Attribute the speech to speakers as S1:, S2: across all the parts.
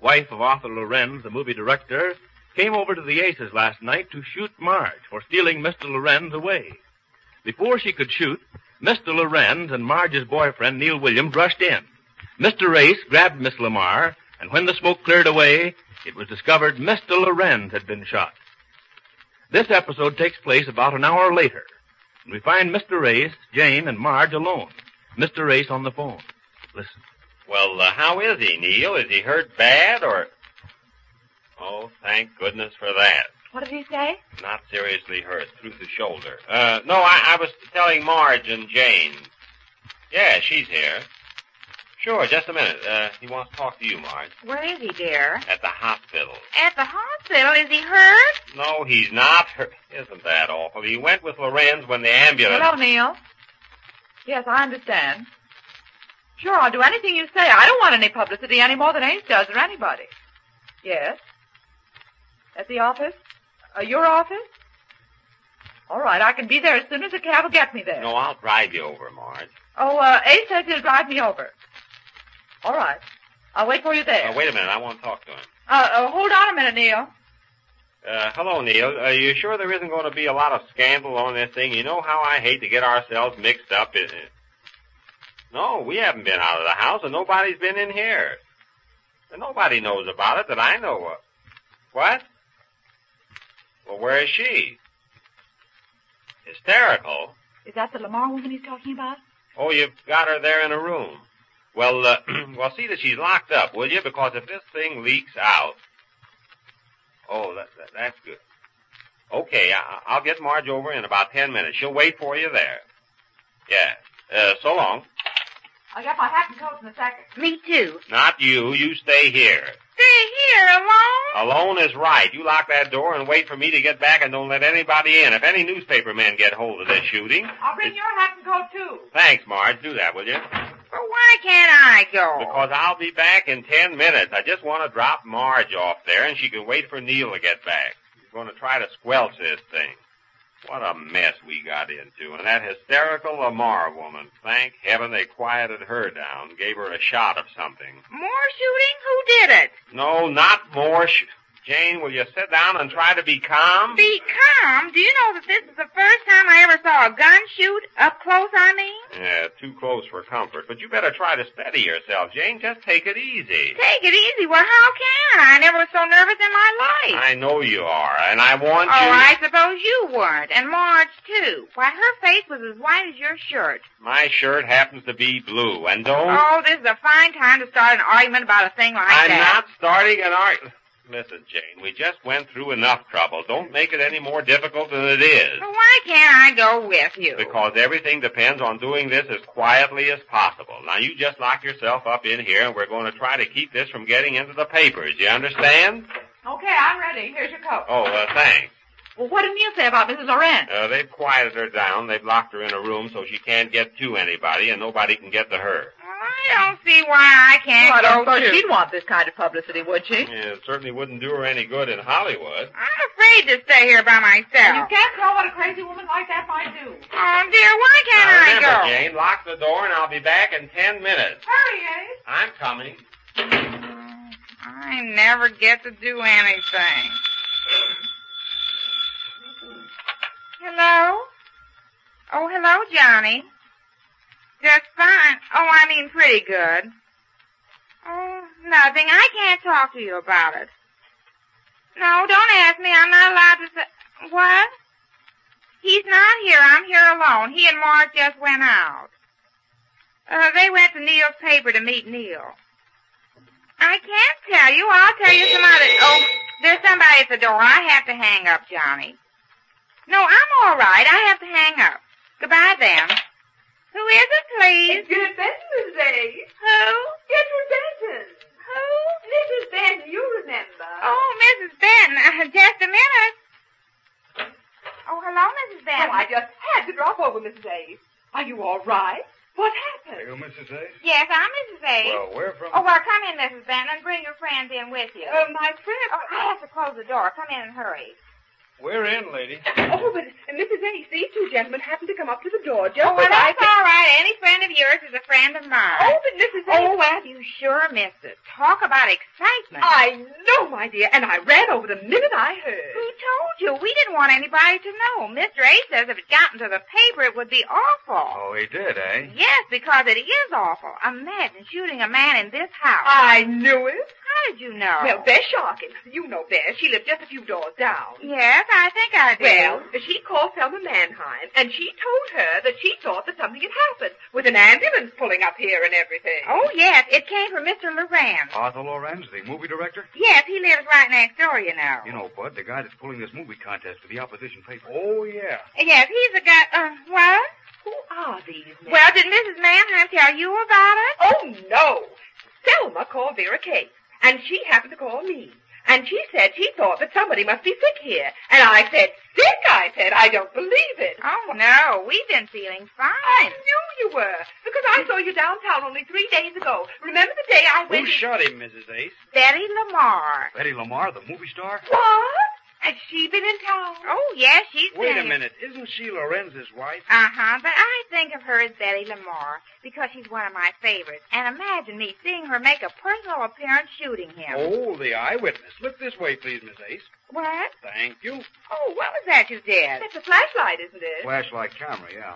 S1: wife of Arthur Lorenz, the movie director, came over to the Aces last night to shoot Marge for stealing Mr. Lorenz away. Before she could shoot, Mr. Lorenz and Marge's boyfriend, Neil Williams, rushed in. Mr. Ace grabbed Miss Lamar, and when the smoke cleared away, it was discovered Mr. Lorenz had been shot. This episode takes place about an hour later. and We find Mr. Ace, Jane, and Marge alone. Mr. Ace on the phone. Listen.
S2: Well, uh, how is he, Neil? Is he hurt bad or? Oh, thank goodness for that.
S3: What did he say?
S2: Not seriously hurt through the shoulder. Uh, no, I, I was telling Marge and Jane. Yeah, she's here. Sure, just a minute. Uh, he wants to talk to you, Marge,
S3: Where is he, dear?
S2: at the hospital.
S3: At the hospital. Is he hurt?
S2: No, he's not hurt. Isn't that awful? He went with Lorenz when the ambulance.
S3: Hello, Neil. Yes, I understand. Sure, I'll do anything you say. I don't want any publicity any more than Ace does or anybody. Yes? At the office? Uh, your office? All right, I can be there as soon as the cab will get me there.
S2: No, I'll drive you over, Marge.
S3: Oh, uh, Ace says he'll drive me over. All right. I'll wait for you there.
S2: Uh, wait a minute. I want to talk to him.
S3: Uh, uh, hold on a minute, Neil.
S2: Uh, hello, Neil. Are you sure there isn't going to be a lot of scandal on this thing? You know how I hate to get ourselves mixed up in it. No, we haven't been out of the house, and nobody's been in here. And nobody knows about it that I know of. What? Well, where is she? Hysterical.
S3: Is that the Lamar woman he's talking about?
S2: Oh, you've got her there in a room. Well, uh, well, see that she's locked up, will you? Because if this thing leaks out, oh, that, that, that's good. Okay, I, I'll get Marge over in about ten minutes. She'll wait for you there. Yeah. Uh, so long.
S3: I'll get my hat and coat in a second.
S4: Me too.
S2: Not you. You stay here.
S4: Stay here alone?
S2: Alone is right. You lock that door and wait for me to get back, and don't let anybody in. If any newspaper men get hold of this shooting,
S3: I'll bring your hat and coat too.
S2: thanks, Marge. Do that, will you?
S4: Well, why can't I go?
S2: Because I'll be back in ten minutes. I just want to drop Marge off there, and she can wait for Neil to get back. He's going to try to squelch this thing. What a mess we got into. And that hysterical Lamar woman. Thank heaven they quieted her down, gave her a shot of something.
S4: More shooting? Who did it?
S2: No, not more. Sh- Jane, will you sit down and try to be calm?
S4: Be calm. Do you know that this is the first time I ever saw a gun shoot? Up close, I mean?
S2: Yeah, too close for comfort. But you better try to steady yourself, Jane. Just take it easy.
S4: Take it easy. Well, how can I? I never was so nervous in my life.
S2: I know you are, and I want you.
S4: Oh, I suppose you weren't. And Marge, too. Why, her face was as white as your shirt.
S2: My shirt happens to be blue, and don't.
S4: Oh, this is a fine time to start an argument about a thing like
S2: I'm
S4: that.
S2: not starting an argument. Listen, Jane, we just went through enough trouble. Don't make it any more difficult than it is.
S4: Well, why can't I go with you?
S2: Because everything depends on doing this as quietly as possible. Now, you just lock yourself up in here, and we're going to try to keep this from getting into the papers. You understand?
S3: Okay, I'm ready. Here's your coat.
S2: Oh, uh, thanks.
S3: Well, what did Neil say about Mrs. Lorenz?
S2: Uh, they've quieted her down. They've locked her in a room so she can't get to anybody, and nobody can get to her.
S4: Well, I don't see why I can't
S3: Well, I
S5: Oh,
S3: don't
S4: go
S3: suppose
S4: too.
S3: she'd want this kind of publicity, would she?
S2: Yeah, it certainly wouldn't do her any good in Hollywood.
S4: I'm afraid to stay here by myself.
S3: can't tell what a crazy woman like that might do.
S4: Oh dear, why can't
S2: now,
S4: I
S2: remember,
S4: go?
S2: Jane, lock the door, and I'll be back in ten minutes.
S3: Hurry, Ace.
S2: I'm coming.
S4: I never get to do anything. Hello? Oh, hello, Johnny. Just fine. Oh, I mean pretty good. Oh, nothing. I can't talk to you about it. No, don't ask me. I'm not allowed to say... What? He's not here. I'm here alone. He and Mark just went out. Uh, they went to Neil's paper to meet Neil. I can't tell you. I'll tell you some other... Oh, there's somebody at the door. I have to hang up, Johnny. No, I'm all right. I have to hang up. Goodbye, then. Who is it, please?
S3: It's good Wednesday.
S4: Who?
S3: It's Denton. Who? Mrs. Denton, you remember.
S4: Oh, Mrs. Benton, uh, just a minute. Oh, hello, Mrs.
S3: Oh,
S4: Benton.
S3: I just had to drop over, Mrs. Ace. Are you all right? What happened?
S5: You, Mrs. Ace?
S4: Yes, I'm Mrs. A.
S5: Well, where from?
S4: oh, well, come in, Mrs. Benton, and bring your friends in with you.
S3: Uh, my friend.
S4: oh, I have to close the door. Come in and hurry.
S5: We're in, lady.
S3: Oh, but Mrs. Ace, these two gentlemen happened to come up to the door just
S4: Oh, well,
S3: as I
S4: that's all right. Any friend of yours is a friend of mine.
S3: Oh, but Mrs. Ace.
S4: Oh, well, you sure missed it. Talk about excitement.
S3: I know, my dear, and I ran over the minute I heard.
S4: Who told you? We didn't want anybody to know. Mr. A says if it got into the paper, it would be awful.
S5: Oh, he did, eh?
S4: Yes, because it is awful. Imagine shooting a man in this house.
S3: I knew it.
S4: How did you know?
S3: Well, Bess Sharkin, you know Bess. She lived just a few doors down.
S4: yes, I think I do.
S3: Well, she called Selma Mannheim, and she told her that she thought that something had happened, with an ambulance pulling up here and everything.
S4: oh yes, it came from Mr. Loran.
S5: Arthur Lorenz, the movie director?
S4: Yes, he lives right next door, you know.
S5: You know, Bud, the guy that's pulling this movie contest for the opposition paper. Oh, yeah.
S4: Yes, he's the guy. Uh, what?
S3: who are these men?
S4: Well, did Mrs. Mannheim tell you about it?
S3: Oh, no. Selma called Vera Kate, and she happened to call me. And she said she thought that somebody must be sick here. And I said, sick, I said, I don't believe it.
S4: Oh no, we've been feeling
S3: I
S4: fine.
S3: Oh. knew you were, because I saw you downtown only three days ago. Remember the day I
S5: Who
S3: went...
S5: shot him, Mrs. Ace?
S4: Betty Lamar.
S5: Betty Lamar, the movie star?
S3: What? Has she been in town?
S4: Oh yes, she's
S5: Wait
S4: been
S5: a
S4: in-
S5: minute. Isn't she Lorenz's wife?
S4: Uh huh, but I think of her as Betty Lamar because she's one of my favorites. And imagine me seeing her make a personal appearance shooting him.
S5: Oh, the eyewitness. Look this way, please, Miss Ace.
S4: What?
S5: Thank you.
S4: Oh, what was that you did?
S3: That's a flashlight, isn't it?
S5: Flashlight camera, yeah.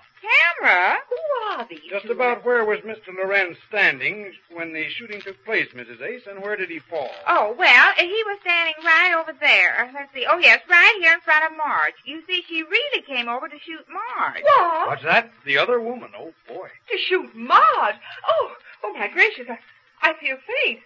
S4: Camera?
S3: Who are these?
S5: Just
S3: two?
S5: about where was Mr. Lorenz standing when the shooting took place, Mrs. Ace, and where did he fall?
S4: Oh, well, he was standing right over there. Uh, Let's see. Oh, yes, right here in front of Marge. You see, she really came over to shoot Marge.
S3: What?
S5: What's that? The other woman. Oh, boy.
S3: To shoot Marge? Oh, oh my gracious, I, I feel faint.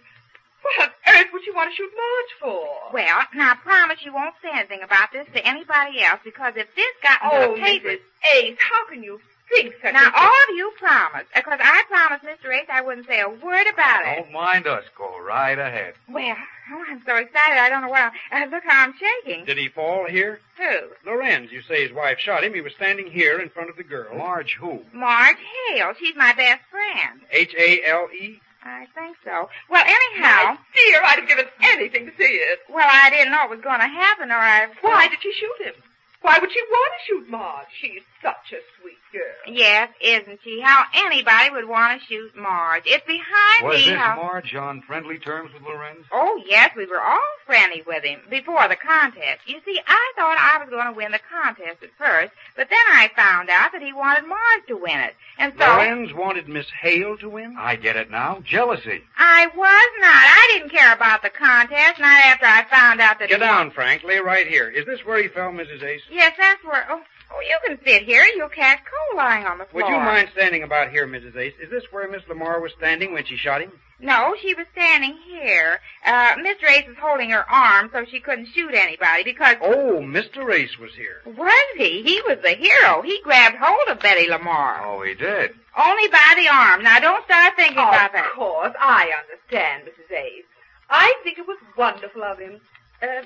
S3: What on earth would you want to shoot Marge for?
S4: Well, now I promise you won't say anything about this to anybody else because if this got into
S3: oh,
S4: the papers,
S3: Mrs. Ace, how can you think such
S4: now
S3: a thing?
S4: all of you promise, because I promised Mr. Ace I wouldn't say a word about it.
S5: Don't mind us. Go right ahead.
S4: Well, oh, I'm so excited. I don't know what I'm. Uh, look how I'm shaking.
S5: Did he fall here?
S4: Who?
S5: Lorenz, you say his wife shot him. He was standing here in front of the girl. Marge who?
S4: Marge Hale. She's my best friend.
S5: H A L E?
S4: I think so. Well, anyhow,
S3: My dear, I'd have given anything to see it.
S4: well, I didn't know it was going to happen, or I.
S3: Why did she shoot him? Why would she want to shoot Marge? She's such a sweet girl.
S4: Yes, isn't she? How anybody would want to shoot Marge? It's behind
S5: Was
S4: me.
S5: this
S4: how...
S5: Marge on friendly terms with Lorenz?
S4: Oh, yes, we were all friendly with him before the contest. You see, I thought I was going to win the contest at first, but then I found out that he wanted Marge to win it. And so
S5: Lorenz wanted Miss Hale to win? I get it now. Jealousy.
S4: I was not. I didn't care about the contest, not after I found out that
S5: Get
S4: he won.
S5: down, Frank. Lay right here. Is this where he fell, Mrs. Ace?
S4: Yes, that's where... Oh, oh, you can sit here. You'll catch cold lying on the floor.
S5: Would you mind standing about here, Mrs. Ace? Is this where Miss Lamar was standing when she shot him?
S4: No, she was standing here. Uh, Mr. Ace was holding her arm so she couldn't shoot anybody because...
S5: Oh, Mr. Ace was here.
S4: Was he? He was the hero. He grabbed hold of Betty Lamar.
S6: Oh,
S5: he did.
S4: Only by the arm. Now don't start thinking about
S3: Of
S4: that.
S3: course, I understand, Mrs. Ace. I think it was wonderful of him. Uh,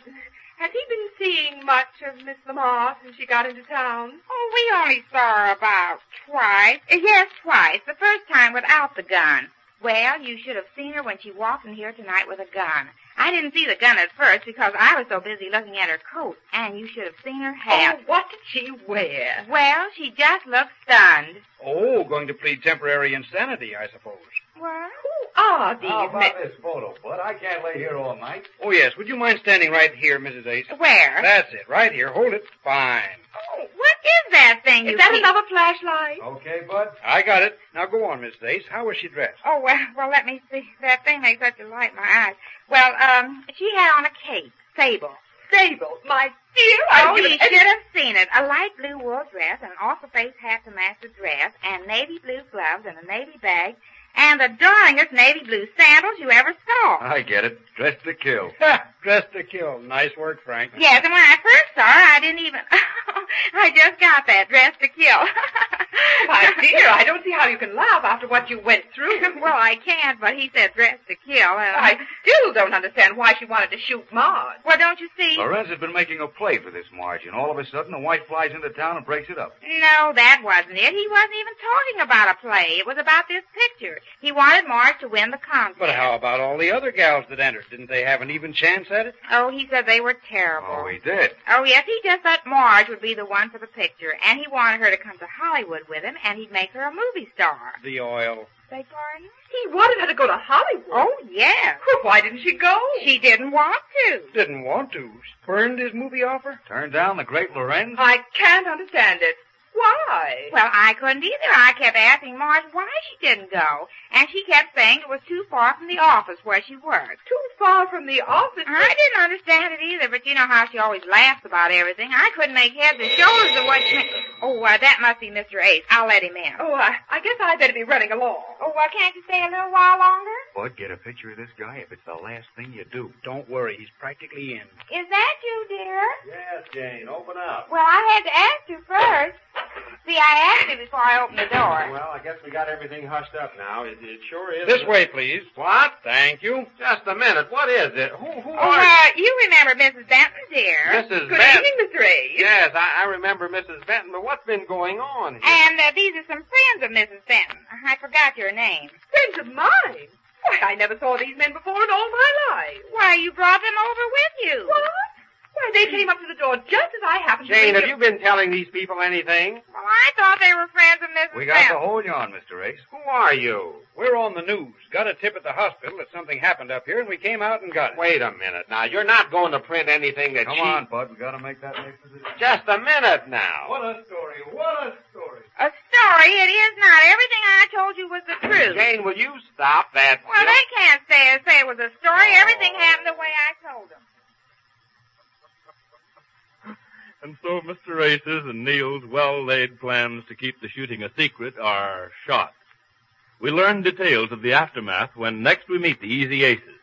S3: has he been seeing much of Miss Lamar since she got into town?
S4: Oh, we only saw her about twice. Uh, Yes, twice. The first time without the gun. Well, you should have seen her when she walked in here tonight with a gun. I didn't see the gun at first because I was so busy looking at her coat, and you should have seen her hat.
S3: Oh, what did she wear?
S4: Well, she just looked stunned.
S5: Oh, going to plead temporary insanity, I suppose.
S4: What?
S3: Who are these men?
S5: this photo, Bud? I can't lay here all night. Oh, yes. Would you mind standing right here, Mrs. Ace?
S4: Where?
S5: That's it. Right here. Hold it. Fine.
S4: Oh, what is that thing you
S3: Is that
S4: keep?
S3: another flashlight?
S5: Okay, Bud. I got it. Now go on, Miss Ace. How was she dressed?
S4: Oh, well, well, let me see. That thing makes such a light in my eyes. Well, um, she had on a cape, sable.
S3: Sable, my dear. I
S4: oh,
S3: would
S4: you
S3: give it
S4: should have seen it. A light blue wool dress, an off face hat to match the dress, and navy blue gloves and a navy bag, and the darlingest navy blue sandals you ever saw.
S6: I get it. Dressed to kill.
S5: Ha! dressed to kill. Nice work, Frank.
S4: Yes, and when I first saw her, I didn't even. I just got that dress to kill.
S3: My dear, I don't see how you can laugh after what you went through.
S4: well, I can't, but he said dress to kill. And
S3: I still don't understand why she wanted to shoot Maud.
S4: Well, don't you see?
S6: Lorenz has been making a play for this Marge, and all of a sudden, the wife flies into town and breaks it up.
S4: No, that wasn't it. He wasn't even talking about a play. It was about this picture. He wanted Marge to win the contest.
S5: But how about all the other gals that entered? Didn't they have an even chance at it?
S4: Oh, he said they were terrible.
S6: Oh, he did.
S4: Oh, yes, he just thought Marge would be the one for the picture, and he wanted her to come to Hollywood with him, and he'd make her a movie star.
S5: The oil.
S4: Beg pardon?
S3: He wanted her to go to Hollywood.
S4: Oh, yes.
S3: Well, why didn't she go?
S4: She didn't want to.
S5: Didn't want to. Spurned his movie offer?
S6: Turned down the great Lorenz.
S3: I can't understand it. Why?
S4: Well, I couldn't either. I kept asking Marge why she didn't go, and she kept saying it was too far from the office where she worked.
S3: too far from the office.
S4: I didn't understand it either, but you know how she always laughs about everything. I couldn't make heads or shoulders of what she... Oh, uh, that must be Mr. Ace. I'll let him in.
S3: Oh, I, I guess I'd better be running along.
S4: Oh, well, can't you stay a little while longer?
S6: Bud, get a picture of this guy if it's the last thing you do.
S5: Don't worry, he's practically in.
S4: Is that you, dear?
S2: Yes, Jane, open up.
S4: Well, I had to ask you first. See, I asked you before I opened the door.
S2: Well, I guess we got everything hushed up now. It, it sure is.
S5: This way, please.
S2: What?
S5: Thank you.
S2: Just a minute. What is it? Who, who
S4: Oh,
S2: are you?
S4: uh, you remember Mrs. Benton, dear.
S2: Mrs.
S3: Good
S2: Benton.
S3: evening, Mr. Ace.
S2: Yes, I, I remember Mrs. Benton, but what's been going on here?
S4: And uh, these are some friends of Mrs. Benton. I forgot your name.
S3: Friends of mine. Why, I never saw these men before in all my life.
S4: Why, you brought them over with you.
S3: What? Why, they came up to the door just as I happened
S2: Jane,
S3: to
S2: have you been telling these people anything?
S4: Well, I thought they were friends of Mrs.
S6: We got
S4: Benton.
S6: the whole yarn, Mr. Ace.
S2: Who are you?
S5: We're on the news. Got a tip at the hospital that something happened up here, and we came out and got it.
S2: Wait a minute now. You're not going to print anything that
S6: Come
S2: she...
S6: on, Bud. We gotta make that next decision.
S2: Just a minute now.
S5: a story. What a story.
S4: A story, it is not. Everything I told you was the truth.
S2: Jane, will you stop that?
S4: Well, they can't say and say it was a story. Everything happened the way I told them.
S1: And so Mr. Ace's and Neil's well-laid plans to keep the shooting a secret are shot. We learn details of the aftermath when next we meet the Easy Aces.